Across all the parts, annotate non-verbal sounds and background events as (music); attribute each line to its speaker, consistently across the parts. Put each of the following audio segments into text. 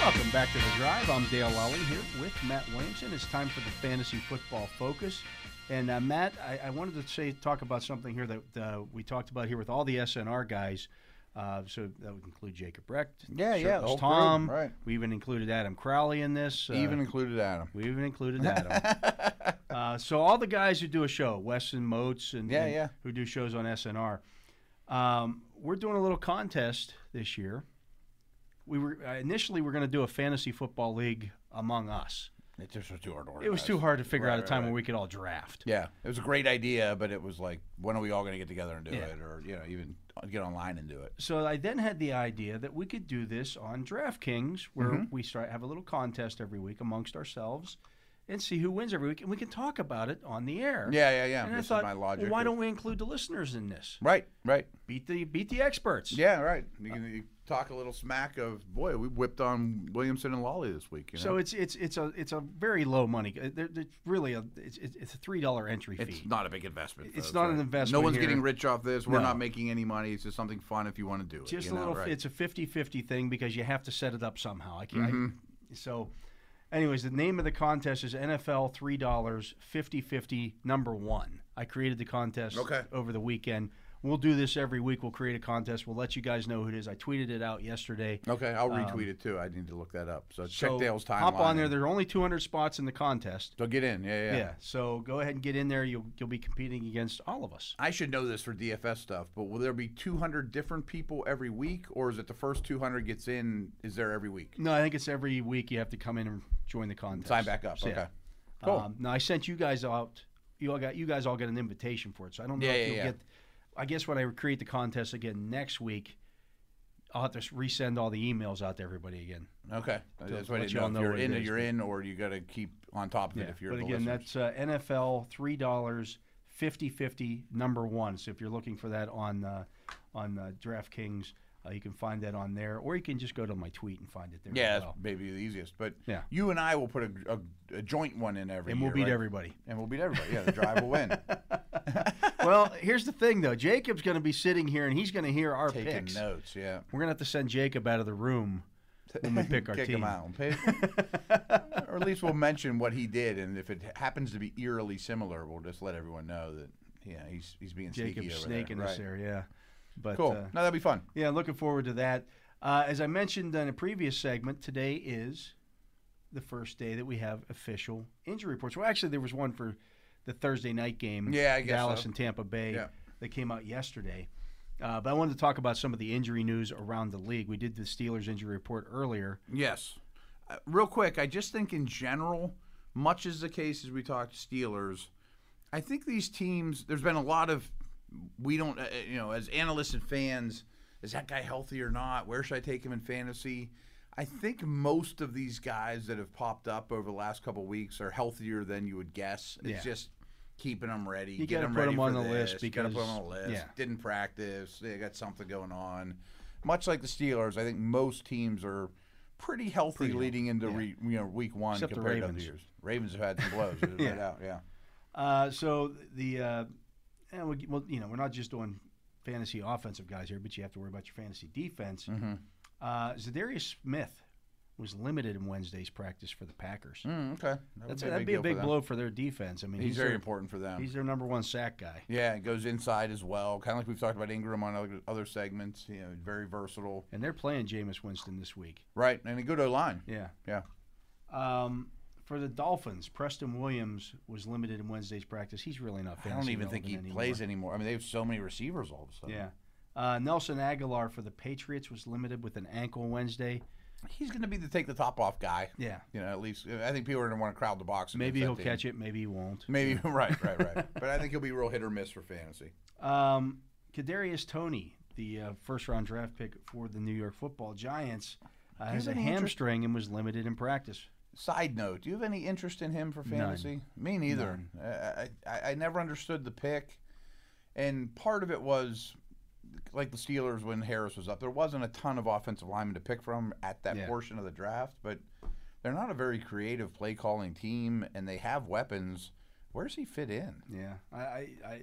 Speaker 1: Welcome back to The Drive. I'm Dale Lally here with Matt Williamson. It's time for the Fantasy Football Focus. And uh, Matt, I, I wanted to say talk about something here that uh, we talked about here with all the SNR guys. Uh, so that would include Jacob Brecht.
Speaker 2: Yeah, yeah, the
Speaker 1: Shirtless
Speaker 2: whole
Speaker 1: Tom.
Speaker 2: group, right.
Speaker 1: We even included Adam Crowley in this. uh,
Speaker 2: even included Adam.
Speaker 1: we even
Speaker 2: (laughs)
Speaker 1: included Adam. uh, so all the guys who do a show, Weston Moats and,
Speaker 2: Yeah,
Speaker 1: and
Speaker 2: yeah.
Speaker 1: who do shows on SNR, um, we're doing a little contest this year. We were uh, initially we are going to do a fantasy football league among us.
Speaker 2: It just was too hard to
Speaker 1: It was too
Speaker 2: organize.
Speaker 1: hard to figure
Speaker 2: Right,
Speaker 1: out a
Speaker 2: right,
Speaker 1: time
Speaker 2: right.
Speaker 1: where we could all draft.
Speaker 2: Yeah, it was a great idea, but it was like, when are we all going to get together and do
Speaker 1: Yeah.
Speaker 2: it, or you know, even get online and do it?
Speaker 1: So I then had the idea that we could do this on DraftKings, where
Speaker 2: Mm-hmm.
Speaker 1: we start have a little contest every week amongst ourselves, and see who wins every week, and we can talk about it on the air.
Speaker 2: Yeah, yeah, yeah.
Speaker 1: And
Speaker 2: this
Speaker 1: I thought,
Speaker 2: is my
Speaker 1: well,
Speaker 2: logic.
Speaker 1: why
Speaker 2: is-
Speaker 1: don't we include the listeners in this?
Speaker 2: Right, right.
Speaker 1: Beat the beat the experts.
Speaker 2: Yeah, right. You
Speaker 1: Uh,
Speaker 2: can you talk a little smack of boy, we whipped on Williamson and Lolly this week. You know?
Speaker 1: So it's it's it's a it's a very low money. uh, there- It's really a it's, it's it's a three dollar entry fee.
Speaker 2: It's not a big investment.
Speaker 1: It's
Speaker 2: folks,
Speaker 1: not
Speaker 2: right?
Speaker 1: an
Speaker 2: No
Speaker 1: investment
Speaker 2: one's
Speaker 1: here.
Speaker 2: getting rich off this. We're
Speaker 1: No.
Speaker 2: not making any money. It's just something fun if you want to do it.
Speaker 1: just
Speaker 2: you
Speaker 1: a
Speaker 2: know,
Speaker 1: little.
Speaker 2: right.
Speaker 1: It's a 50-50 thing because you have to set it up somehow. I can't.
Speaker 2: Mm-hmm.
Speaker 1: I- so, anyways, the name of the contest is NFL three dollars 50-50 number one. I created the contest
Speaker 2: Okay.
Speaker 1: over the weekend. We'll do this every week. We'll create a contest. We'll let you guys know who it is. I tweeted it out yesterday.
Speaker 2: okay. I'll retweet it too. I need to look that up. So check
Speaker 1: Um, So
Speaker 2: Dale's timeline.
Speaker 1: Hop on there.
Speaker 2: and-
Speaker 1: There are only 200 spots in the contest.
Speaker 2: So get in. Yeah, yeah.
Speaker 1: Yeah. So go ahead and get in there. You'll you'll be competing against all of us.
Speaker 2: I should know this for DFS stuff, but will there be 200 different people every week, or is it the first 200 gets in? Is there every week?
Speaker 1: No, I think it's every week you have to come in and join the contest.
Speaker 2: Sign back up.
Speaker 1: So, yeah.
Speaker 2: Okay. Cool.
Speaker 1: Um, now I sent you guys out. You all got you guys all got an invitation for it, so I don't know
Speaker 2: Yeah,
Speaker 1: if
Speaker 2: yeah,
Speaker 1: you'll
Speaker 2: yeah.
Speaker 1: get. I guess when I create the contest again next week, I'll have to s- resend all the emails out to everybody again.
Speaker 2: okay. That's what I
Speaker 1: let
Speaker 2: didn't
Speaker 1: y'all know
Speaker 2: know. If you're
Speaker 1: what it
Speaker 2: in,
Speaker 1: is,
Speaker 2: you're in, or you got to keep on top of it if you're
Speaker 1: but
Speaker 2: the
Speaker 1: again,
Speaker 2: listeners.
Speaker 1: that's uh, NFL three dollars fifty fifty number one. So if you're looking for that on uh, on uh, DraftKings, uh, you can find that on there, or you can just go to my tweet and find it there.
Speaker 2: Yeah,
Speaker 1: as
Speaker 2: that's
Speaker 1: well.
Speaker 2: maybe the easiest. But
Speaker 1: Yeah.
Speaker 2: you and I will put a, a, a joint one in every
Speaker 1: and we'll
Speaker 2: year,
Speaker 1: beat
Speaker 2: right?
Speaker 1: everybody.
Speaker 2: And we'll beat everybody. Yeah, the drive will win.
Speaker 1: well, here's the thing though. Jacob's going to be sitting here, and he's going to hear our
Speaker 2: Taking
Speaker 1: (laughs) picks.
Speaker 2: notes, yeah.
Speaker 1: We're gonna have to send Jacob out of the room when we
Speaker 2: (laughs)
Speaker 1: pick our
Speaker 2: Kick
Speaker 1: team.
Speaker 2: him out. Pay- or at least we'll mention what he did, and if it happens to be eerily similar, we'll just let everyone know that yeah, he's he's being sneaky
Speaker 1: Jacob's
Speaker 2: over
Speaker 1: snaking
Speaker 2: there.
Speaker 1: us
Speaker 2: Right.
Speaker 1: there, yeah. But
Speaker 2: Cool.
Speaker 1: uh,
Speaker 2: no, that'd be fun.
Speaker 1: yeah, looking forward to that. Uh, as I mentioned in a previous segment, today is the first day that we have official injury reports. Well, actually, there was one for the Thursday night game.
Speaker 2: Yeah, I guess
Speaker 1: Dallas
Speaker 2: so.
Speaker 1: and Tampa Bay
Speaker 2: Yeah.
Speaker 1: that came out yesterday. Uh, but I wanted to talk about some of the injury news around the league. We did the Steelers injury report earlier.
Speaker 2: Yes. Uh, real quick, I just think in general, much as the case as we talked Steelers, I think these teams. There's been a lot of we don't, uh, uh, you know, as analysts and fans, is that guy healthy or not? Where should I take him in fantasy? I think most of these guys that have popped up over the last couple of weeks are healthier than you would guess. It's
Speaker 1: Yeah.
Speaker 2: just keeping them ready.
Speaker 1: You
Speaker 2: get
Speaker 1: gotta
Speaker 2: 'em
Speaker 1: put
Speaker 2: ready
Speaker 1: 'em
Speaker 2: for
Speaker 1: on the list
Speaker 2: this, you gotta put 'em on the
Speaker 1: because-
Speaker 2: list
Speaker 1: yeah.
Speaker 2: didn't practice. They got something going on. Much like the Steelers, I think most teams are pretty healthy leading into re, you know week one
Speaker 1: Except the
Speaker 2: compared to
Speaker 1: Ravens.
Speaker 2: other years. Ravens have had some blows, there's
Speaker 1: (laughs)
Speaker 2: no
Speaker 1: Yeah.
Speaker 2: doubt. Yeah,
Speaker 1: Uh, so the uh, and we, well, you know, we're not just doing fantasy offensive guys here, but you have to worry about your fantasy defense.
Speaker 2: Mm-hmm.
Speaker 1: Uh, Zadarius Smith was limited in Wednesday's practice for the Packers.
Speaker 2: Mm, okay, that
Speaker 1: That's, that'd be a
Speaker 2: deal for
Speaker 1: big
Speaker 2: them.
Speaker 1: blow for their defense. I mean,
Speaker 2: He's, very
Speaker 1: their,
Speaker 2: important for them.
Speaker 1: He's their number one sack guy.
Speaker 2: yeah, it goes inside as well, kind of like we've talked about Ingram on other, other segments. You know, very versatile,
Speaker 1: And they're playing Jameis Winston this week.
Speaker 2: right? And a good O line.
Speaker 1: Yeah.
Speaker 2: Yeah,
Speaker 1: Um, for the Dolphins, Preston Williams was limited in Wednesday's practice. He's really not.
Speaker 2: I
Speaker 1: Fantasy
Speaker 2: don't even think he
Speaker 1: relevant anymore.
Speaker 2: plays anymore. I mean, they have so many receivers all of a sudden.
Speaker 1: Yeah. Uh, Nelson Aguilar for the Patriots was limited with an ankle Wednesday.
Speaker 2: he's going to be the take the top off guy.
Speaker 1: Yeah.
Speaker 2: You know, at least I think people are going to want to crowd the box.
Speaker 1: Maybe he'll
Speaker 2: against that team.
Speaker 1: catch it. Maybe he won't.
Speaker 2: Maybe (laughs) right, right, right. but I think he'll be real hit or miss for fantasy.
Speaker 1: Um, Kadarius Tony, the uh, first-round draft pick for the New York Football Giants, uh, has a
Speaker 2: an interest-
Speaker 1: hamstring and was limited in practice.
Speaker 2: Side note: Do you have any interest in him for fantasy? Me neither. I, I I never understood the pick, and part of it was like the Steelers when Harris was up. There wasn't a ton of offensive linemen to pick from at that
Speaker 1: Yeah.
Speaker 2: portion of the draft, but they're not a very creative play calling team, and they have weapons. Where does he fit in?
Speaker 1: Yeah, I, I, I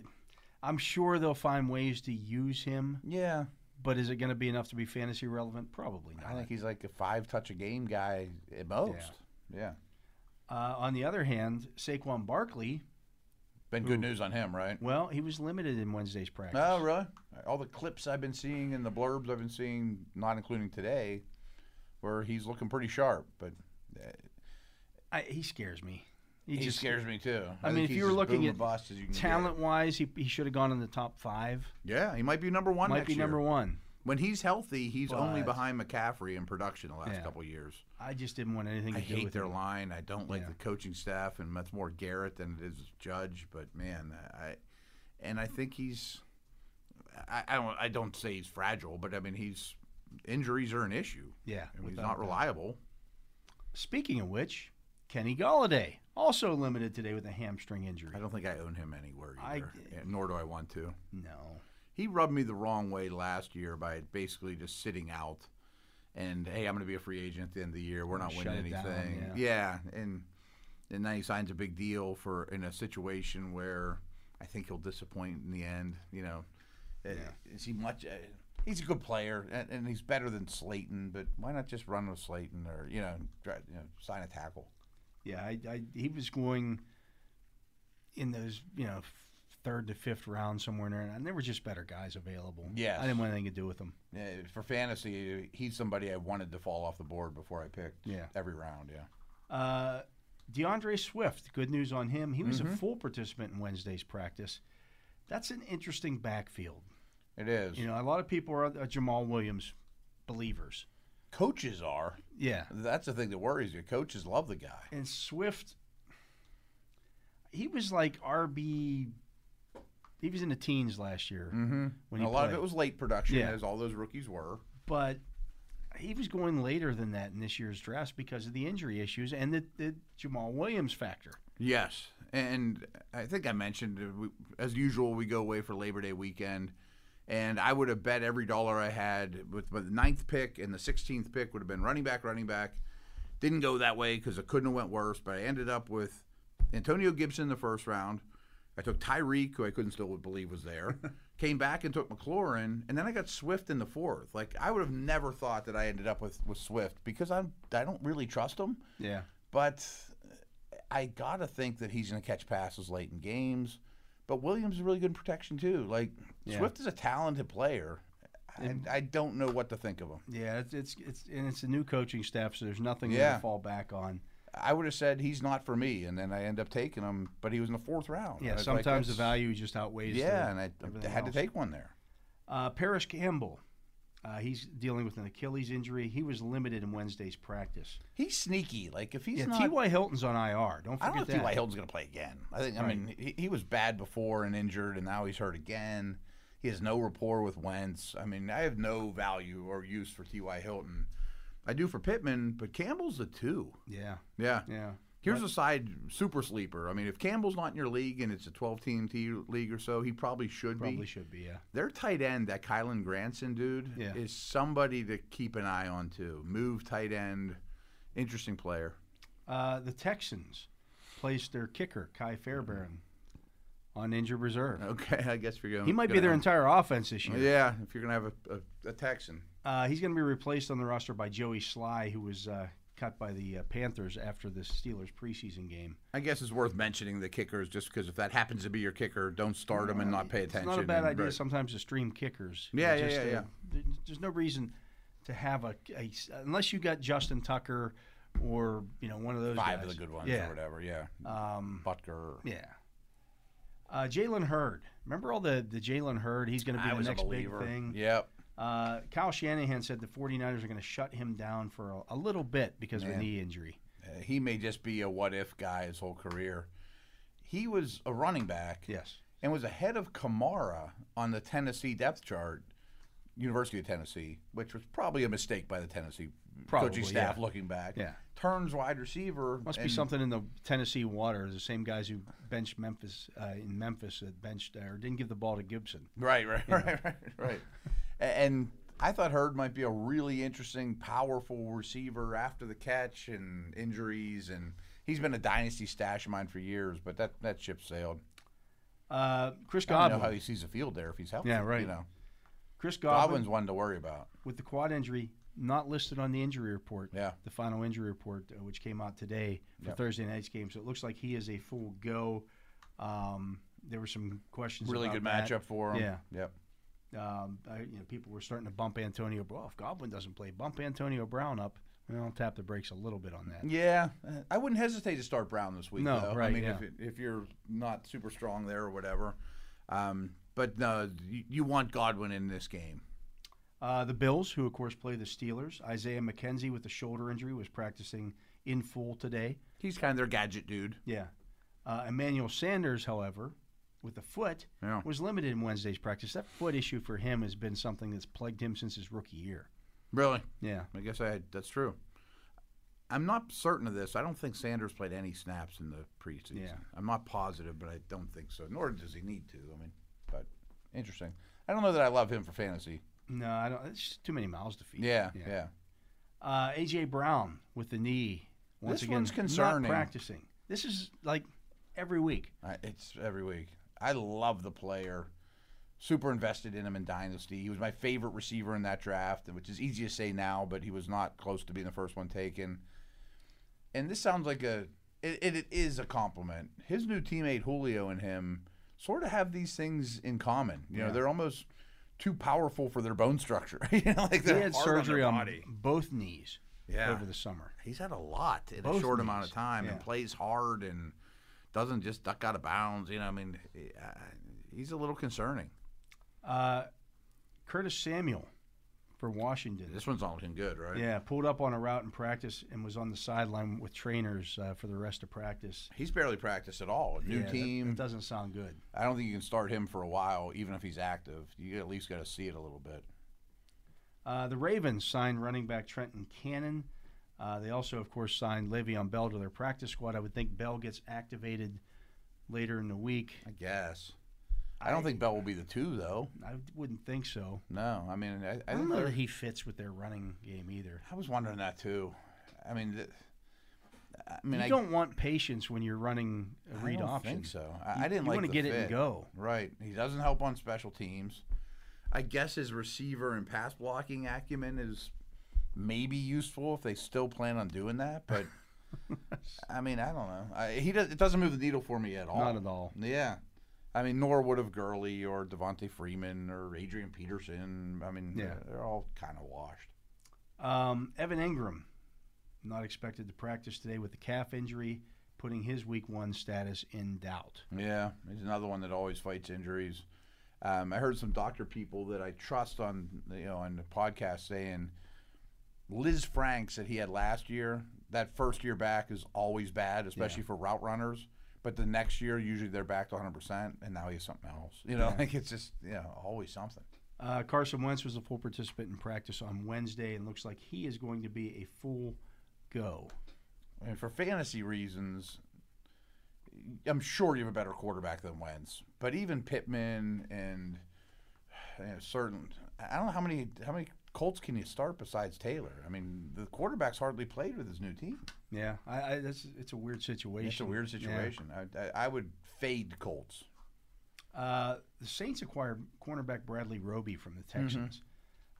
Speaker 1: I'm sure they'll find ways to use him,
Speaker 2: Yeah,
Speaker 1: but is it going to be enough to be fantasy relevant? Probably
Speaker 2: I
Speaker 1: not.
Speaker 2: think he's like a five touch a game guy at most. Yeah.
Speaker 1: Uh, on the other hand, Saquon Barkley,
Speaker 2: Been good news on him, right?
Speaker 1: well, he was limited in Wednesday's practice.
Speaker 2: Oh, really? All the clips I've been seeing and the blurbs I've been seeing, not including today, where he's looking pretty sharp, but uh,
Speaker 1: I, he scares me. He,
Speaker 2: he,
Speaker 1: just
Speaker 2: scares me too.
Speaker 1: I mean,
Speaker 2: think
Speaker 1: if
Speaker 2: he's
Speaker 1: you were
Speaker 2: as
Speaker 1: looking
Speaker 2: boom
Speaker 1: at
Speaker 2: and bust as you can get.
Speaker 1: talent wise, he, he should have gone in the top five.
Speaker 2: yeah, he might be number one.
Speaker 1: Might
Speaker 2: next
Speaker 1: be
Speaker 2: year.
Speaker 1: number one.
Speaker 2: When he's healthy, he's only
Speaker 1: But-
Speaker 2: behind McCaffrey in production the last
Speaker 1: Yeah.
Speaker 2: couple years.
Speaker 1: I just didn't want anything
Speaker 2: I
Speaker 1: to do
Speaker 2: hate
Speaker 1: with
Speaker 2: their
Speaker 1: him.
Speaker 2: line. I don't like
Speaker 1: Yeah.
Speaker 2: the coaching staff, and that's more Garrett than it is Judge. But man, I and I think he's. I, I don't. I don't say he's fragile, but I mean he's injuries are an issue.
Speaker 1: Yeah,
Speaker 2: and he's
Speaker 1: without
Speaker 2: not
Speaker 1: a doubt.
Speaker 2: reliable.
Speaker 1: Speaking of which, Kenny Galladay also limited today with a hamstring injury.
Speaker 2: I don't think I own him anywhere
Speaker 1: I-
Speaker 2: either, and nor do I want to.
Speaker 1: No,
Speaker 2: He rubbed me the wrong way last year by basically just sitting out, and hey, I'm going to be a free agent at the end of the year. We're not
Speaker 1: Shut
Speaker 2: winning
Speaker 1: it down,
Speaker 2: anything. yeah, and and now he signs a big deal for in a situation where I think he'll disappoint in the end. You know, Uh, is he much? Uh, he's a good player, and, and he's better than Slayton. But why not just run with Slayton, or you know, try, you know sign a tackle?
Speaker 1: yeah, I, I, he was going in those you know third to fifth round somewhere in there, and there were just better guys available.
Speaker 2: Yes.
Speaker 1: I didn't want anything to do with him.
Speaker 2: Yeah, Uh, for fantasy, he's somebody I wanted to fall off the board before I picked.
Speaker 1: Yeah.
Speaker 2: every round. Yeah.
Speaker 1: Uh, DeAndre Swift, good news on him. He was a full participant in Wednesday's practice. That's an interesting backfield.
Speaker 2: It is.
Speaker 1: You know, a lot of people are uh, Jamal Williams believers.
Speaker 2: coaches are.
Speaker 1: Yeah,
Speaker 2: That's the thing that worries you. Coaches love the guy.
Speaker 1: and Swift, he was like RB. He was in the teens last year
Speaker 2: Mm-hmm.
Speaker 1: when he
Speaker 2: a lot
Speaker 1: played,
Speaker 2: of it was late production,
Speaker 1: Yeah.
Speaker 2: as all those rookies were.
Speaker 1: but he was going later than that in this year's draft because of the injury issues and the, the Jamal Williams factor.
Speaker 2: Yes, and I think I mentioned uh, we- as usual we go away for Labor Day weekend, and I would have bet every dollar I had with with the ninth pick and the sixteenth pick would have been running back, running back. Didn't go that way because it couldn't have went worse. But I ended up with Antonio Gibson in the first round. I took Tyreek, who I couldn't still believe was there. Came back and took McLaurin, and then I got Swift in the fourth. Like I would have never thought that I ended up with, with Swift because I'm I don't really trust him
Speaker 1: Yeah,
Speaker 2: but I gotta think that he's gonna catch passes late in games. But Williams is really good in protection too. Like
Speaker 1: Yeah.
Speaker 2: Swift is a talented player. I, I don't know what to think of him.
Speaker 1: yeah, it's, it's it's and it's a new coaching staff, so there's nothing
Speaker 2: Yeah.
Speaker 1: to fall back on.
Speaker 2: I would have said he's not for me, and then I end up taking him. But he was in the fourth round.
Speaker 1: Yeah,
Speaker 2: And it's like,
Speaker 1: sometimes the
Speaker 2: that's-
Speaker 1: value just outweighs. the-
Speaker 2: Yeah, and I, I
Speaker 1: everything
Speaker 2: had
Speaker 1: else.
Speaker 2: to take one there.
Speaker 1: Uh, Paris Campbell, uh, he's dealing with an Achilles injury. He was limited in Wednesday's practice.
Speaker 2: He's sneaky. Like if he's
Speaker 1: yeah,
Speaker 2: not,
Speaker 1: T.Y. Hilton's on IR. Don't forget
Speaker 2: I don't know if
Speaker 1: that.
Speaker 2: T.Y. Hilton's going to play again. I think. I mean, he, he was bad before and injured, and now he's hurt again. He has no rapport with Wentz. I mean, I have no value or use for T.Y. Hilton. I do for Pittman, but Campbell's the two.
Speaker 1: Yeah,
Speaker 2: Yeah.
Speaker 1: yeah.
Speaker 2: Here's a side super sleeper. I mean, if Campbell's not in your league and it's a 12 team T league or so, he probably should
Speaker 1: Probably
Speaker 2: be.
Speaker 1: should be. Yeah.
Speaker 2: Their tight end, that Kylan Granson dude,
Speaker 1: Yeah.
Speaker 2: is somebody to keep an eye on too. Move tight end, interesting player. (laughs)
Speaker 1: Uh, the Texans placed their kicker Kai Fairbairn on injured reserve.
Speaker 2: Okay, I guess we're going.
Speaker 1: He might be their entire offense this year.
Speaker 2: Yeah, if you're gonna have a, a, a Texan.
Speaker 1: Uh, he's going to be replaced on the roster by Joey Sly, who was uh, cut by the uh, Panthers after the Steelers preseason game.
Speaker 2: I guess it's worth mentioning the kickers just because if that happens to be your kicker, don't start him and not pay attention.
Speaker 1: It's not a bad
Speaker 2: and-
Speaker 1: idea
Speaker 2: right.
Speaker 1: sometimes to stream kickers.
Speaker 2: Yeah,
Speaker 1: It
Speaker 2: yeah,
Speaker 1: just,
Speaker 2: yeah,
Speaker 1: uh, there- There's no reason to have a, a- unless you got Justin Tucker or you know one of those
Speaker 2: Five
Speaker 1: guys.
Speaker 2: of the good ones
Speaker 1: Yeah,
Speaker 2: or whatever. Yeah,
Speaker 1: um,
Speaker 2: Butker.
Speaker 1: yeah. Uh, Jalen Hurd. Remember all the the Jalen Hurd? He's going to be
Speaker 2: I
Speaker 1: the
Speaker 2: was a
Speaker 1: next big
Speaker 2: believer.
Speaker 1: thing.
Speaker 2: Yep.
Speaker 1: Uh, Kyle Shanahan said the 49ers are going to shut him down for a, a little bit because of a
Speaker 2: Man.
Speaker 1: knee injury.
Speaker 2: Uh, he may just be a what if guy his whole career. He was a running back
Speaker 1: Yes.
Speaker 2: and was ahead of Kamara on the Tennessee depth chart, University of Tennessee, which was probably a mistake by the Tennessee
Speaker 1: Probably,
Speaker 2: coaching staff
Speaker 1: yeah.
Speaker 2: looking back.
Speaker 1: Yeah.
Speaker 2: Turns wide receiver.
Speaker 1: Must be
Speaker 2: and-
Speaker 1: something in the Tennessee water. The same guys who benched Memphis uh, in Memphis that benched uh, or didn't give the ball to Gibson.
Speaker 2: Right, right, right, right, right. A- And I thought Hurd might be a really interesting, powerful receiver after the catch and injuries, and he's been a dynasty stash of mine for years. But that that ship sailed.
Speaker 1: Uh, Chris
Speaker 2: I don't know
Speaker 1: Godwin.
Speaker 2: how he sees the field there if he's healthy.
Speaker 1: Yeah, right.
Speaker 2: You know,
Speaker 1: Chris Godwin
Speaker 2: Godwin's one to worry about.
Speaker 1: with the quad injury not listed on the injury report.
Speaker 2: Yeah.
Speaker 1: The final injury report, uh, which came out today for
Speaker 2: Yep.
Speaker 1: Thursday night's game, so it looks like he is a full go. Um, there were some questions.
Speaker 2: Really
Speaker 1: about
Speaker 2: good
Speaker 1: that.
Speaker 2: matchup for him.
Speaker 1: Yeah.
Speaker 2: Yep.
Speaker 1: Um, I, you know, people were starting to bump Antonio. Well, if Godwin doesn't play, bump Antonio Brown up. And I'll tap the brakes a little bit on that.
Speaker 2: Yeah, uh, I wouldn't hesitate to start Brown this week.
Speaker 1: No,
Speaker 2: though.
Speaker 1: right,
Speaker 2: I mean,
Speaker 1: yeah.
Speaker 2: if, it- if you're not super strong there or whatever, um, but no, you, you want Godwin in this game.
Speaker 1: Uh, the Bills, who of course play the Steelers, Isaiah McKenzie with a shoulder injury was practicing in full today.
Speaker 2: He's kind of their gadget dude.
Speaker 1: Yeah. Uh, Emmanuel Sanders, however, with a foot,
Speaker 2: Yeah.
Speaker 1: was limited in Wednesday's practice. That foot issue for him has been something that's plagued him since his rookie year.
Speaker 2: Really,
Speaker 1: Yeah.
Speaker 2: I guess I that's true. I'm not certain of this. I don't think Sanders played any snaps in the preseason.
Speaker 1: Yeah.
Speaker 2: I'm not positive, but I don't think so. Nor does he need to. I mean, but interesting. I don't know that I love him for fantasy.
Speaker 1: No, I don't. It's just too many miles to feed.
Speaker 2: Yeah, yeah.
Speaker 1: Uh, AJ Brown with the knee. Once
Speaker 2: This
Speaker 1: again,
Speaker 2: one's concerning.
Speaker 1: Not practicing. This is like every week.
Speaker 2: I, it's every week. I love the player. Super invested in him in Dynasty. He was my favorite receiver in that draft, which is easy to say now, but he was not close to being the first one taken. And this sounds like a it, it, it is a compliment. His new teammate Julio and him sort of have these things in common. You
Speaker 1: Yeah.
Speaker 2: know, they're almost too powerful for their bone structure. (laughs) you know, like
Speaker 1: He
Speaker 2: they're
Speaker 1: had
Speaker 2: hard on their
Speaker 1: surgery on,
Speaker 2: body.
Speaker 1: both knees
Speaker 2: Yeah.
Speaker 1: over the summer.
Speaker 2: He's had a lot in
Speaker 1: Both
Speaker 2: a short
Speaker 1: knees,
Speaker 2: amount of time and
Speaker 1: yeah.
Speaker 2: plays hard and doesn't just duck out of bounds. You know, I mean, uh, he's a little concerning.
Speaker 1: Uh, Curtis Samuel for Washington.
Speaker 2: This one's not looking good, right?
Speaker 1: Yeah, pulled up on a route in practice and was on the sideline with trainers uh, for the rest of practice.
Speaker 2: He's barely practiced at all. New
Speaker 1: Yeah, that-
Speaker 2: team.
Speaker 1: That, doesn't sound good.
Speaker 2: I don't think you can start him for a while, even if he's active. You at least got to see it a little bit.
Speaker 1: Uh, the Ravens signed running back Trenton Cannon. Uh, they also, of course, signed Le'Veon Bell to their practice squad. I would think Bell gets activated later in the week.
Speaker 2: I guess. I don't think Bell will be the two though.
Speaker 1: I wouldn't think so.
Speaker 2: No, I mean, I,
Speaker 1: I,
Speaker 2: I
Speaker 1: don't
Speaker 2: think
Speaker 1: know
Speaker 2: they're-
Speaker 1: that he fits with their running game either.
Speaker 2: I was wondering that too. I mean, th- I mean,
Speaker 1: you
Speaker 2: I
Speaker 1: don't want patience when you're running a
Speaker 2: I
Speaker 1: read
Speaker 2: don't
Speaker 1: option.
Speaker 2: think so. I, I didn't
Speaker 1: you
Speaker 2: like
Speaker 1: want to
Speaker 2: the
Speaker 1: get it
Speaker 2: fit.
Speaker 1: and go.
Speaker 2: Right. He doesn't help on special teams. I guess his receiver and pass blocking acumen is maybe useful if they still plan on doing that.
Speaker 1: (laughs)
Speaker 2: But I mean, I don't know. I, he does. It doesn't move the needle for me at all.
Speaker 1: Not at all.
Speaker 2: Yeah. I mean, nor would have Gurley or Devontae Freeman or Adrian Peterson. I mean,
Speaker 1: Yeah.
Speaker 2: they're all kind of washed.
Speaker 1: Um, Evan Ingram, not expected to practice today with the calf injury, putting his week one status in doubt.
Speaker 2: Yeah, he's another one that always fights injuries. Um, I heard some doctor people that I trust on you know on the podcast saying Liz Franks that he had last year. That first year back is always bad, especially for route runners. But the next year, usually they're back to 100, percent and now he's something else. You know, (laughs) like it's just you know always something.
Speaker 1: Uh, Carson Wentz was a full participant in practice on Wednesday and looks like he is going to be a full go.
Speaker 2: I mean, for fantasy reasons, I'm sure you have a better quarterback than Wentz. But even Pittman and you know, certain, I don't know how many how many Colts can you start besides Taylor. I mean, the quarterback's hardly played with his new team.
Speaker 1: Yeah, I, I, that's, it's a weird situation.
Speaker 2: It's a weird
Speaker 1: Yeah.
Speaker 2: situation. I, I, I would fade Colts.
Speaker 1: Uh, the Saints acquired cornerback Bradley Roby from the Texans.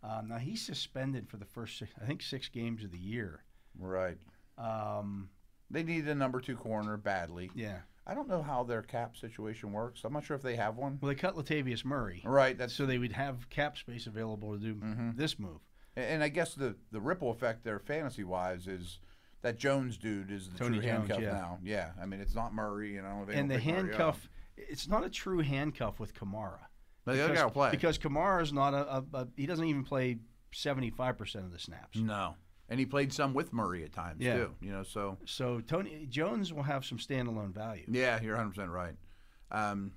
Speaker 1: Um, now he's suspended for the first, six, I think, six games of the year.
Speaker 2: Right.
Speaker 1: Um,
Speaker 2: They need a number two corner badly.
Speaker 1: yeah.
Speaker 2: I don't know how their cap situation works. I'm not sure if they have one.
Speaker 1: Well, they cut Latavius Murray,
Speaker 2: Right. That's Mm-hmm.
Speaker 1: so they would have cap space available to do this move.
Speaker 2: And- And I guess the, the ripple effect there, fantasy wise, is that Jones dude is the
Speaker 1: Tony
Speaker 2: true
Speaker 1: Jones,
Speaker 2: handcuff
Speaker 1: yeah.
Speaker 2: now. Yeah, I mean it's not Murray, and I don't know if they
Speaker 1: and
Speaker 2: don't
Speaker 1: the
Speaker 2: pick Murray uh, up.
Speaker 1: handcuff it's not a true handcuff with kamara
Speaker 2: But the other guy will play.
Speaker 1: because kamara's not a, a, a he doesn't even play 75% of the snaps
Speaker 2: no, and he played some with Murray at times
Speaker 1: Yeah.
Speaker 2: too. You know, so
Speaker 1: so tony jones will have some standalone value
Speaker 2: yeah, you're 100 percent right. Um,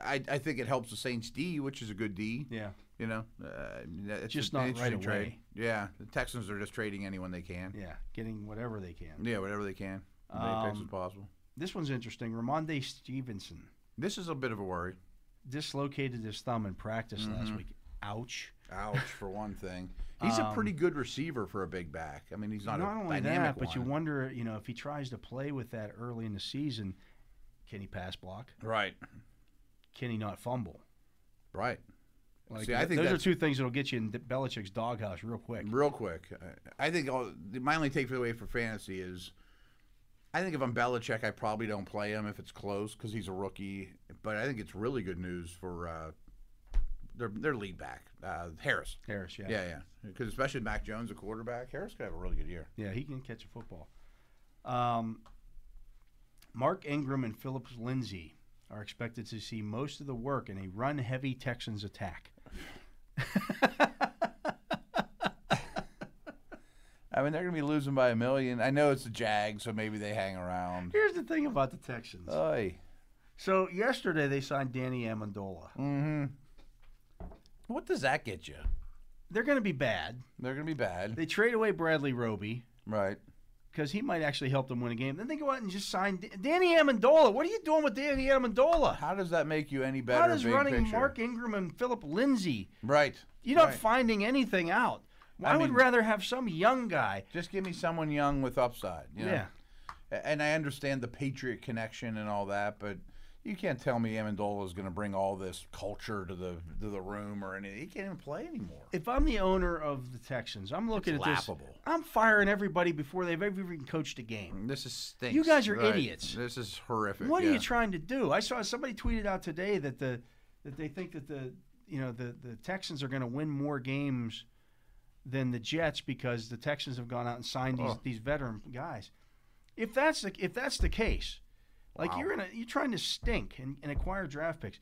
Speaker 2: I I think it helps the Saints D, which is a good D.
Speaker 1: yeah
Speaker 2: You know, uh, it's
Speaker 1: Just
Speaker 2: an
Speaker 1: not right
Speaker 2: interesting trade.
Speaker 1: away.
Speaker 2: Yeah, the Texans are just trading anyone they can.
Speaker 1: yeah getting whatever they can
Speaker 2: Yeah, whatever they can, as many picks
Speaker 1: Um,
Speaker 2: as possible.
Speaker 1: this one's interesting ramonde stevenson
Speaker 2: This is a bit of a worry.
Speaker 1: dislocated his thumb in practice last
Speaker 2: Mm-hmm.
Speaker 1: week ouch
Speaker 2: Ouch for one thing. He's a pretty good receiver for a big back. I mean, he's Um, not,
Speaker 1: not
Speaker 2: a
Speaker 1: only
Speaker 2: dynamic
Speaker 1: that but you
Speaker 2: one.
Speaker 1: wonder you know if he tries to play with that early in the season can he pass block
Speaker 2: right,
Speaker 1: can he not fumble
Speaker 2: right.
Speaker 1: Like,
Speaker 2: See, I think
Speaker 1: those are
Speaker 2: that's- Mm.
Speaker 1: two things that'll get you in Belichick's doghouse real quick.
Speaker 2: Real quick, uh, I- I think all, my only take for the way for fantasy is, I think if I'm Belichick, I probably don't play him if it's close because he's a rookie. But I think it's really good news for uh, their their lead back uh, Harris.
Speaker 1: Harris,
Speaker 2: Yeah, yeah, because especially Mac Jones, a quarterback, Harris could have a really good year.
Speaker 1: Yeah, he can catch a football. Um, Mark Ingram and Phillips Lindsay are expected to see most of the work in a run-heavy Texans attack.
Speaker 2: I mean, they're gonna be losing by a million. I know it's the Jag, so maybe they hang around.
Speaker 1: Here's the thing about the Texans.
Speaker 2: Oy.
Speaker 1: So yesterday they signed Danny Amendola.
Speaker 2: Mm-hmm. What does that get you?
Speaker 1: They're going to be bad.
Speaker 2: They're gonna be bad,
Speaker 1: They trade away Bradley Roby
Speaker 2: right?
Speaker 1: because he might actually help them win a game. Then they go out and just sign D- Danny Amendola. What are you doing with Danny Amendola?
Speaker 2: How does that make you any better?
Speaker 1: How does
Speaker 2: big
Speaker 1: running
Speaker 2: picture?
Speaker 1: Mark Ingram and Philip Lindsay?
Speaker 2: Right.
Speaker 1: You're not
Speaker 2: right.
Speaker 1: finding anything out. I,
Speaker 2: I
Speaker 1: would
Speaker 2: mean-
Speaker 1: rather have some young guy.
Speaker 2: Just give me someone young with upside. You know?
Speaker 1: Yeah.
Speaker 2: A- And I understand the Patriot connection and all that, but you can't tell me Amendola is going to bring all this culture to the to the room or anything. He can't even play anymore.
Speaker 1: If I'm the owner of the Texans, I'm looking
Speaker 2: It's
Speaker 1: at this.
Speaker 2: laughable.
Speaker 1: I'm firing everybody before they've ever even coached a game.
Speaker 2: This is stinks.
Speaker 1: You guys are idiots.
Speaker 2: This is horrific.
Speaker 1: What are
Speaker 2: yeah.
Speaker 1: you trying to do? I saw somebody tweeted out today that the that they think that the you know the the Texans are going to win more games than the Jets because the Texans have gone out and signed these
Speaker 2: Oh.
Speaker 1: these veteran guys. If that's the if that's the case, like
Speaker 2: Wow.
Speaker 1: you're in a you're trying to stink and, and acquire draft picks.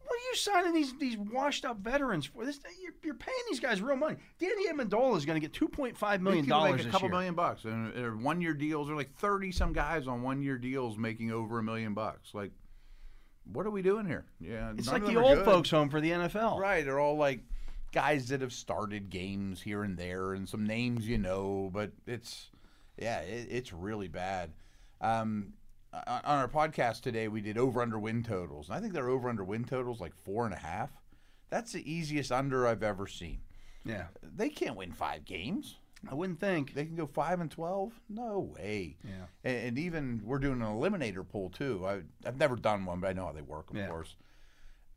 Speaker 1: What are you signing these these washed up veterans for? This you're, you're paying these guys real money. Danny Amendola is going to get two point five million
Speaker 2: He can
Speaker 1: dollars
Speaker 2: make a
Speaker 1: this
Speaker 2: couple
Speaker 1: year.
Speaker 2: million bucks, and they're one-year deals. There are like thirty some guys on one-year deals making over a million bucks. Like, what are we doing here? Yeah,
Speaker 1: It's
Speaker 2: none of
Speaker 1: like the
Speaker 2: them are
Speaker 1: old
Speaker 2: good.
Speaker 1: folks home for the NFL.
Speaker 2: Right, they're all like guys that have started games here and there, and some names you know. But it's yeah, it, it's really bad. Um, o- on our podcast today, we did over under win totals, and I think their over under win totals like four and a half. That's the easiest under I've ever seen.
Speaker 1: Yeah,
Speaker 2: They can't win five games.
Speaker 1: I wouldn't think.
Speaker 2: They can go five and twelve. No way.
Speaker 1: Yeah.
Speaker 2: And, and even we're doing an eliminator pool too. I, I've never done one, but I know how they work, of
Speaker 1: Yeah.
Speaker 2: course.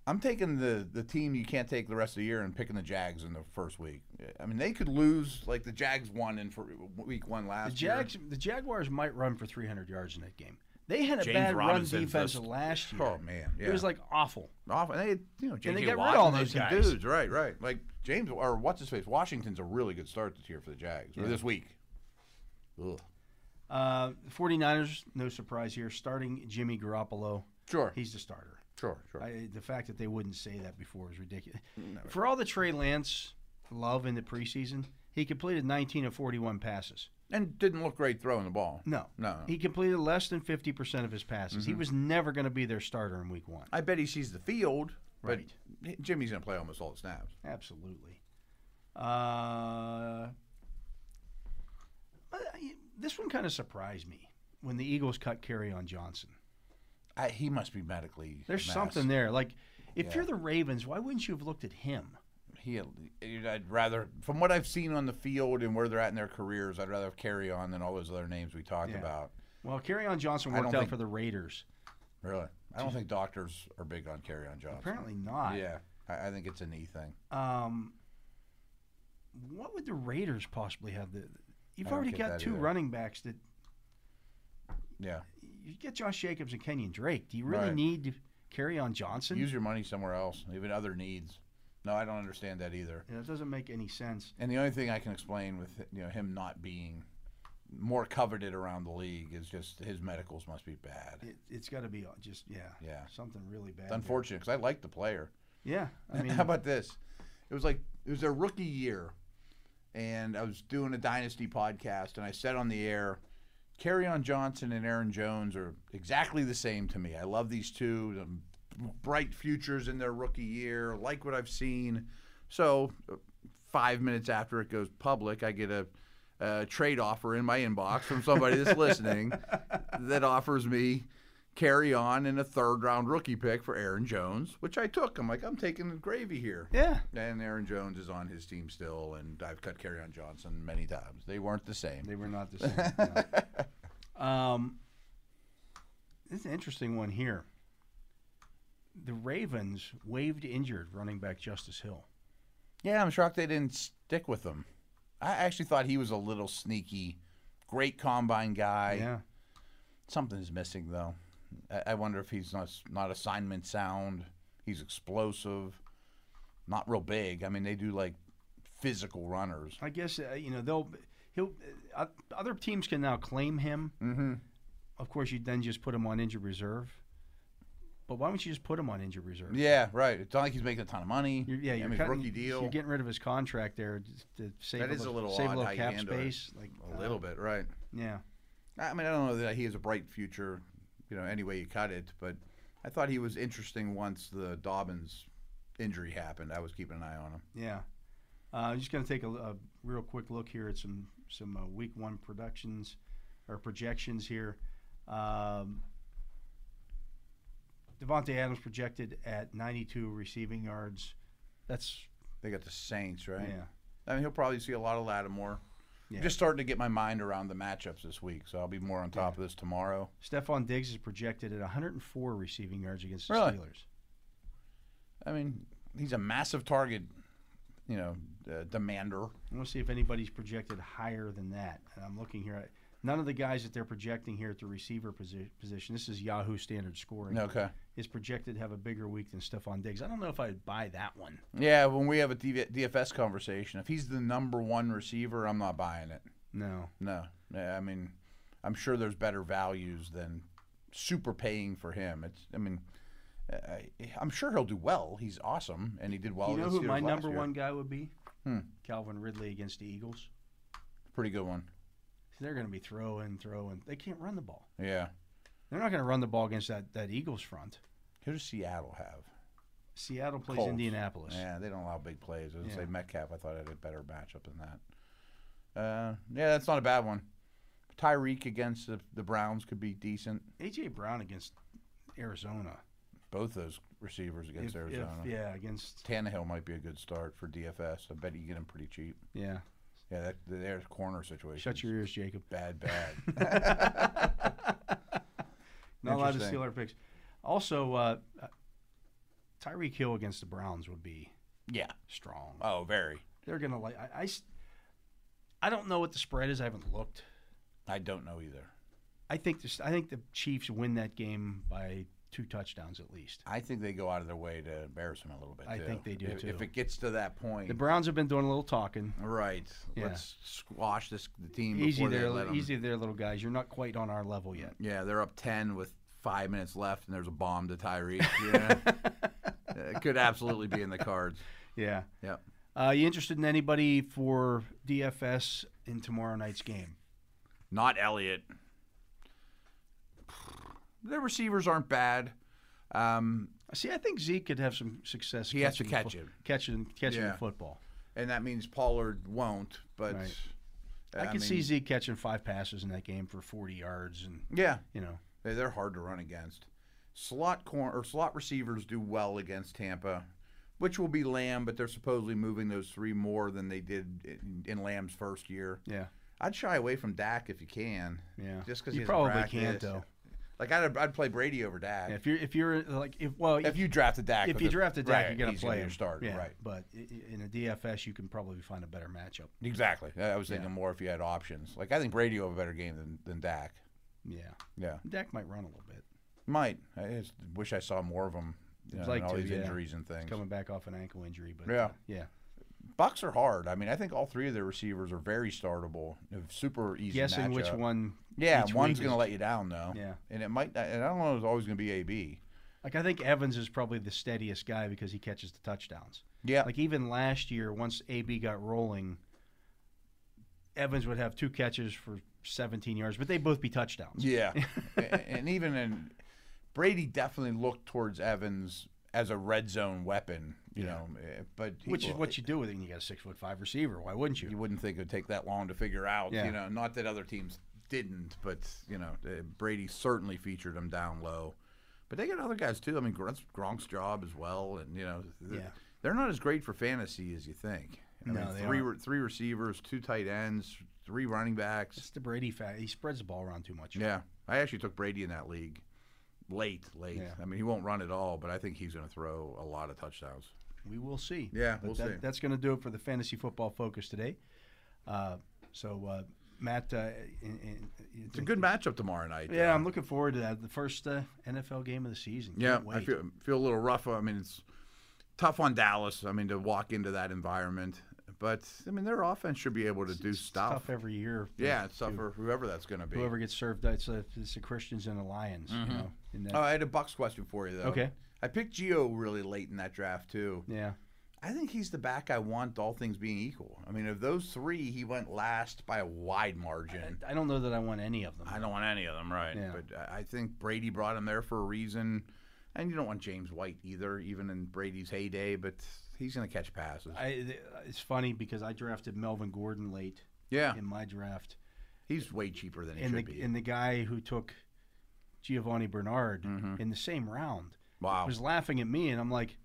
Speaker 2: I'm taking the the team you can't take the rest of the year and picking the Jags in the first week. I mean, they could lose like the Jags won in for week one last
Speaker 1: The
Speaker 2: year.
Speaker 1: Jags, the Jaguars might run for 300 yards in that game. They had a
Speaker 2: James
Speaker 1: bad
Speaker 2: Robinson
Speaker 1: run defense
Speaker 2: first.
Speaker 1: last year.
Speaker 2: Oh man, yeah.
Speaker 1: It was like awful.
Speaker 2: Off, and they, had, you know, JJ
Speaker 1: they got rid of
Speaker 2: Watt
Speaker 1: all
Speaker 2: and
Speaker 1: those
Speaker 2: some
Speaker 1: guys.
Speaker 2: dudes, right? Right. Like James or what's his face? Washington's a really good start this year for the Jags or this week. Ugh.
Speaker 1: Uh, the 49ers, no surprise here, starting Jimmy Garoppolo.
Speaker 2: Sure,
Speaker 1: He's the starter.
Speaker 2: sure, sure.
Speaker 1: I, the fact that they wouldn't say that before is ridiculous. For all the Trey Lance love in the preseason, he completed 19 of 41 passes.
Speaker 2: and didn't look great throwing the ball.
Speaker 1: No.
Speaker 2: No, no.
Speaker 1: Mm.
Speaker 2: Mm-hmm.
Speaker 1: He completed less than 50% of his passes. He was never going to be their starter in week one.
Speaker 2: I bet he sees the field, but
Speaker 1: Right.
Speaker 2: Jimmy's going to play almost all the snaps.
Speaker 1: Absolutely. Uh, I- this one kind of surprised me when the Eagles cut carry on Johnson.
Speaker 2: I, he must be medically.
Speaker 1: There's
Speaker 2: mass.
Speaker 1: something there. Like, if
Speaker 2: Yeah.
Speaker 1: you're the Ravens, why wouldn't you have looked at him?
Speaker 2: He, I'd rather, from what I've seen on the field and where they're at in their careers, I'd rather carry on than all those other names we talked
Speaker 1: Yeah.
Speaker 2: about.
Speaker 1: Well, carry on Johnson
Speaker 2: I
Speaker 1: worked
Speaker 2: don't
Speaker 1: out
Speaker 2: think-
Speaker 1: for the Raiders.
Speaker 2: Really, I don't think doctors are big on carry on Johnson.
Speaker 1: Apparently not.
Speaker 2: Oh, Yeah, I, I think it's a knee thing.
Speaker 1: Um, what would the Raiders possibly have? The you've
Speaker 2: I don't
Speaker 1: already
Speaker 2: get
Speaker 1: got
Speaker 2: that
Speaker 1: two
Speaker 2: either.
Speaker 1: running backs that
Speaker 2: Yeah,
Speaker 1: you get Josh Jacobs and Kenyon Drake. Do you really
Speaker 2: Right.
Speaker 1: need to carry on Johnson?
Speaker 2: use your money somewhere else, even other needs. No, I don't understand that either.
Speaker 1: Yeah, that doesn't make any sense.
Speaker 2: And the only thing I can explain with you know him not being more coveted around the league is just his medicals must be bad.
Speaker 1: it, it's got to be uh, just yeah,
Speaker 2: Yeah.
Speaker 1: something really bad.
Speaker 2: It's
Speaker 1: there.
Speaker 2: unfortunate because I like the player.
Speaker 1: Yeah, uh, I mean,
Speaker 2: (laughs) How about this? It was like it was their rookie year, and I was doing a dynasty podcast, and I said on the air, "Carry on Johnson and Aaron Jones are exactly the same to me. I love these two. the bright futures in their rookie year. Like what I've seen." So, uh, five minutes after it goes public, I get a. Uh, trade offer in my inbox from somebody that's listening that offers me carry on in a third round rookie pick for Aaron Jones, which I took. I'm like, I'm taking the gravy here.
Speaker 1: yeah,
Speaker 2: And Aaron Jones is on his team still, and I've cut carry on Johnson many times. They weren't the same.
Speaker 1: they were not the same.
Speaker 2: (laughs)
Speaker 1: no. Um, this is an interesting one here. the Ravens waived injured running back Justice Hill.
Speaker 2: Yeah, I'm shocked they didn't stick with him. I actually thought he was a little sneaky, great combine guy.
Speaker 1: yeah.
Speaker 2: Something's missing though. I, I wonder if he's not not assignment sound. He's explosive, not real big. I mean, they do like physical runners.
Speaker 1: I guess uh, you know they'll he'll uh, other teams can now claim him.
Speaker 2: Mm-hmm.
Speaker 1: Of course, you then just put him on injured reserve. But why don't you just put him on injured reserve?
Speaker 2: Yeah, right. It's not like he's making a ton of money.
Speaker 1: You're, yeah,
Speaker 2: I
Speaker 1: you're
Speaker 2: mean,
Speaker 1: cutting-
Speaker 2: rookie deal.
Speaker 1: You're getting rid of his contract there to, to save
Speaker 2: That
Speaker 1: a
Speaker 2: is
Speaker 1: little,
Speaker 2: a little
Speaker 1: save a
Speaker 2: odd how
Speaker 1: little
Speaker 2: you
Speaker 1: cap
Speaker 2: handle it.
Speaker 1: space. Like
Speaker 2: a little bit, right?
Speaker 1: yeah,
Speaker 2: I mean, I don't know that he has a bright future, you know, any way you cut it, but I thought he was interesting once the Dobbins injury happened. I was keeping an eye on him.
Speaker 1: yeah. Uh, I'm just going to take a, a real quick look here at some some uh, week one productions or projections here. Um, Devontae Adams projected at 92 receiving yards. That's
Speaker 2: They got the Saints, right?
Speaker 1: yeah.
Speaker 2: I mean, he'll probably see a lot of Lattimore.
Speaker 1: Yeah.
Speaker 2: Just starting to get my mind around the matchups this week, so I'll be more on top of this tomorrow.
Speaker 1: Stephon Diggs is projected at 104 receiving yards against the
Speaker 2: Really?
Speaker 1: Steelers.
Speaker 2: I mean, he's a massive target, you know, uh, demander.
Speaker 1: I want to see if anybody's projected higher than that. And I'm looking here. at- None of the guys that they're projecting here at the receiver posi- position, this is Yahoo standard scoring,
Speaker 2: Okay.
Speaker 1: is projected to have a bigger week than Stephon Diggs. I don't know if I'd buy that one.
Speaker 2: Yeah, when we have a DV DFS conversation, if he's the number one receiver, I'm not buying it.
Speaker 1: No.
Speaker 2: No, Yeah, I mean, I'm sure there's better values than super paying for him. It's, I mean, I, I'm sure he'll do well. He's awesome, and he did well.
Speaker 1: you know
Speaker 2: against
Speaker 1: who
Speaker 2: Steelers
Speaker 1: my
Speaker 2: last
Speaker 1: number
Speaker 2: year.
Speaker 1: one guy would be?
Speaker 2: Hmm.
Speaker 1: Calvin Ridley against the Eagles.
Speaker 2: pretty good one.
Speaker 1: They're going to be throwing, throwing. They can't run the ball.
Speaker 2: Yeah,
Speaker 1: They're not going to run the ball against that, that Eagles front.
Speaker 2: who does Seattle have?
Speaker 1: Seattle plays
Speaker 2: Colts.
Speaker 1: Indianapolis.
Speaker 2: Yeah, they don't allow big plays. I was gonna
Speaker 1: Yeah.
Speaker 2: say Metcalf. I thought I had a better matchup than that. Uh, yeah, that's not a bad one. Tyreek against the, the Browns could be decent.
Speaker 1: A.J. Brown against Arizona.
Speaker 2: Both those receivers against
Speaker 1: If- if-
Speaker 2: Arizona.
Speaker 1: yeah, against.
Speaker 2: Tannehill might be a good start for DFS. I bet you get him pretty cheap.
Speaker 1: Yeah.
Speaker 2: Yeah, that their corner situation.
Speaker 1: Shut your ears, Jacob.
Speaker 2: bad,
Speaker 1: (laughs)
Speaker 2: bad. (laughs)
Speaker 1: Not allowed to
Speaker 2: Interesting.
Speaker 1: steal our picks. Also, uh, uh, Tyreek Hill against the Browns would be
Speaker 2: yeah.
Speaker 1: strong.
Speaker 2: Oh, very.
Speaker 1: They're gonna like. I, I s- I don't know what the spread is. I haven't looked.
Speaker 2: I don't know either.
Speaker 1: I think this. I think the Chiefs win that game by two touchdowns at least.
Speaker 2: I think they go out of their way to embarrass him a little bit.
Speaker 1: I
Speaker 2: too.
Speaker 1: think they do,
Speaker 2: if, If
Speaker 1: too.
Speaker 2: it gets to that point,
Speaker 1: The Browns have been doing a little talking.
Speaker 2: right?
Speaker 1: Yeah.
Speaker 2: Let's squash this the team.
Speaker 1: Easy
Speaker 2: before they
Speaker 1: there,
Speaker 2: let 'em- Mm.
Speaker 1: easy there, little guys. You're not quite on our level yet.
Speaker 2: Yeah, they're up ten with five minutes left, and there's a bomb
Speaker 1: (laughs)
Speaker 2: to Tyreek. Yeah. it could absolutely be in the cards.
Speaker 1: Yeah.
Speaker 2: Yep.
Speaker 1: Uh, you interested in anybody for DFS in tomorrow night's game?
Speaker 2: Not Elliott. (sighs) Their receivers aren't bad. Um,
Speaker 1: See, I think Zeke could have some success.
Speaker 2: He has to
Speaker 1: catching the
Speaker 2: catch
Speaker 1: fo-
Speaker 2: it.
Speaker 1: catching catching
Speaker 2: Yeah.
Speaker 1: the football.
Speaker 2: and that means Pollard won't. But
Speaker 1: Right.
Speaker 2: uh,
Speaker 1: I, could
Speaker 2: mean,
Speaker 1: see Zeke catching five passes in that game for 40 yards, and
Speaker 2: Yeah,
Speaker 1: you know,
Speaker 2: they- they're hard to run against. Slot corner or slot receivers do well against Tampa, which will be Lamb, but they're supposedly moving those three more than they did in, in Lamb's first year.
Speaker 1: yeah,
Speaker 2: I'd shy away from Dak if you can.
Speaker 1: yeah.
Speaker 2: Just because
Speaker 1: you probably can't though.
Speaker 2: Like I'd, I'd play Brady over Dak.
Speaker 1: Yeah, if you're if you're like if well
Speaker 2: if, you drafted Dak,
Speaker 1: if
Speaker 2: with
Speaker 1: you
Speaker 2: the-
Speaker 1: draft a Dak,
Speaker 2: right,
Speaker 1: you're gonna
Speaker 2: he's
Speaker 1: play
Speaker 2: be
Speaker 1: him.
Speaker 2: your starter,
Speaker 1: yeah,
Speaker 2: right?
Speaker 1: But i- i- in a DFS, you can probably find a better matchup.
Speaker 2: Exactly. I was thinking
Speaker 1: Yeah.
Speaker 2: more if you had options. Like I think Brady will have a better game than, than Dak.
Speaker 1: Yeah,
Speaker 2: Yeah,
Speaker 1: Dak might run a little bit.
Speaker 2: might. I just wish I saw more of him. You know,
Speaker 1: like
Speaker 2: and all
Speaker 1: to,
Speaker 2: these
Speaker 1: yeah.
Speaker 2: injuries and things.
Speaker 1: Coming back off an ankle injury, but
Speaker 2: Yeah.
Speaker 1: uh, yeah.
Speaker 2: Bucks are hard. I mean, I think all three of their receivers are very startable. They're Super easy.
Speaker 1: Guessing which
Speaker 2: matchup.
Speaker 1: one?
Speaker 2: Yeah,
Speaker 1: each
Speaker 2: one's
Speaker 1: week is-
Speaker 2: going to let you down though.
Speaker 1: Yeah.
Speaker 2: and it might. And I don't know. It's always going to be AB.
Speaker 1: Like I think Evans is probably the steadiest guy because he catches the touchdowns.
Speaker 2: Yeah,
Speaker 1: Like even last year, once AB got rolling, Evans would have two catches for 17 yards, but they'd both be touchdowns. (laughs)
Speaker 2: (laughs) yeah. A- and even in Brady definitely looked towards Evans as a red zone weapon. You
Speaker 1: Yeah.
Speaker 2: know, eh, but he-
Speaker 1: Which is what you do with it. And you got a six foot five receiver. Why wouldn't
Speaker 2: you
Speaker 1: you?
Speaker 2: wouldn't think it would take that long to figure out.
Speaker 1: Yeah.
Speaker 2: You know, not that other teams didn't, but you know, eh, Brady certainly featured him down low. But they got other guys too. I mean, Gr- that's Gronk's job as well, and you know, th-
Speaker 1: Yeah.
Speaker 2: they're not as great for fantasy as you think. I
Speaker 1: No,
Speaker 2: mean,
Speaker 1: they
Speaker 2: 3
Speaker 1: aren't.
Speaker 2: re- three receivers, two tight ends, three running backs.
Speaker 1: It's the Brady fact. He spreads the ball around too much.
Speaker 2: Yeah, I actually took Brady in that league late, late.
Speaker 1: Yeah.
Speaker 2: I mean, he won't run at all, but I think he's going to throw a lot of touchdowns.
Speaker 1: We will see.
Speaker 2: Yeah,
Speaker 1: But
Speaker 2: we'll
Speaker 1: that-
Speaker 2: see.
Speaker 1: That's going to do it for the fantasy football focus today. Uh, so, uh, Matt, uh, in, in,
Speaker 2: It's a good matchup tomorrow night.
Speaker 1: Yeah,
Speaker 2: uh,
Speaker 1: I'm looking forward to that. The first uh, NFL game of the season.
Speaker 2: Yeah,
Speaker 1: Can't
Speaker 2: I
Speaker 1: wait.
Speaker 2: feel feel a little rough. I mean, it's tough on Dallas. I mean, to walk into that environment, but I mean, their offense should be able to do
Speaker 1: It's tough
Speaker 2: stuff.
Speaker 1: every year. for-
Speaker 2: Yeah, it's
Speaker 1: to
Speaker 2: tough for whoever that's going to be.
Speaker 1: Whoever gets served, it's, uh it's the Christians and the Lions. You know, in that,
Speaker 2: Oh, I had a Bucks question for you though.
Speaker 1: Okay.
Speaker 2: I picked Geo really late in that draft too.
Speaker 1: yeah.
Speaker 2: I think he's the back I want, all things being equal. I mean, of those three, he went last by a wide margin.
Speaker 1: I don't know that I want any of them.
Speaker 2: I don't want any of them, right?
Speaker 1: Yeah.
Speaker 2: But I I think Brady brought him there for a reason, and you don't want James White either, even in Brady's heyday. But he's going to catch passes.
Speaker 1: I, th- it's funny because I drafted Melvin Gordon late
Speaker 2: yeah,
Speaker 1: in my draft,
Speaker 2: he's way cheaper than he
Speaker 1: and
Speaker 2: should
Speaker 1: the
Speaker 2: be.
Speaker 1: and the guy who took Giovanni Bernard
Speaker 2: Mhm.
Speaker 1: in the same round
Speaker 2: wow,
Speaker 1: was laughing at me, and I'm like,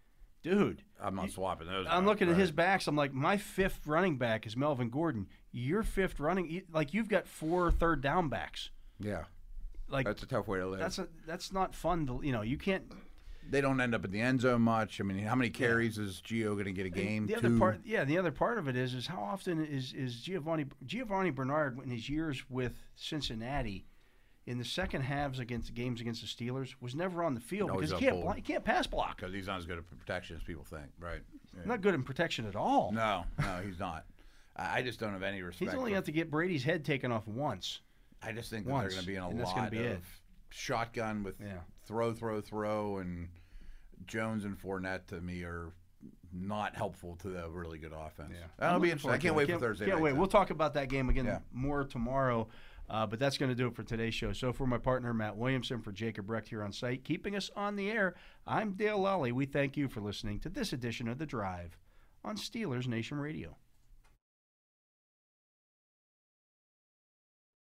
Speaker 1: dude,
Speaker 2: I'm not swapping those.
Speaker 1: I'm
Speaker 2: out,
Speaker 1: looking at
Speaker 2: right.
Speaker 1: his backs. I'm like, my fifth running back is Melvin Gordon. Your fifth running, you- like you've got four third down backs.
Speaker 2: Yeah,
Speaker 1: Like
Speaker 2: that's a tough way to live.
Speaker 1: that's a, that's not fun to you know you can't
Speaker 2: they don't end up at the end zone much. I mean, how many carries is Gio going to get a game?
Speaker 1: the other
Speaker 2: Two?
Speaker 1: part yeah the other part of it is is how often is is Giovanni Giovanni Bernard in his years with Cincinnati in the second halves against games against the Steelers was never on the field
Speaker 2: No,
Speaker 1: because he
Speaker 2: he's
Speaker 1: can't
Speaker 2: up
Speaker 1: blo- he can't pass block
Speaker 2: because he's not as good at protection as people think, right? Yeah.
Speaker 1: not good in protection at all
Speaker 2: No, no, he's not. I I just don't have any respect.
Speaker 1: he's only
Speaker 2: for-
Speaker 1: got to get Brady's head taken off once
Speaker 2: I just think that
Speaker 1: once,
Speaker 2: they're going to be in a
Speaker 1: and that's gonna
Speaker 2: lot
Speaker 1: be
Speaker 2: of
Speaker 1: it.
Speaker 2: shotgun with
Speaker 1: Yeah.
Speaker 2: throw, throw, throw, and Jones and Fournette to me are not helpful to the really good offense.
Speaker 1: Yeah.
Speaker 2: That'll
Speaker 1: I'm
Speaker 2: be
Speaker 1: looking
Speaker 2: interesting.
Speaker 1: forward
Speaker 2: I
Speaker 1: to
Speaker 2: can't
Speaker 1: it.
Speaker 2: wait for Thursday.
Speaker 1: Can't
Speaker 2: night,
Speaker 1: wait.
Speaker 2: though.
Speaker 1: We'll talk about that game again
Speaker 2: Yeah.
Speaker 1: more tomorrow. Uh, but that's going to do it for today's show. So for my partner Matt Williamson, for Jacob Brecht here on site, keeping us on the air. I'm Dale Lally. We thank you for listening to this edition of the Drive on Steelers Nation Radio.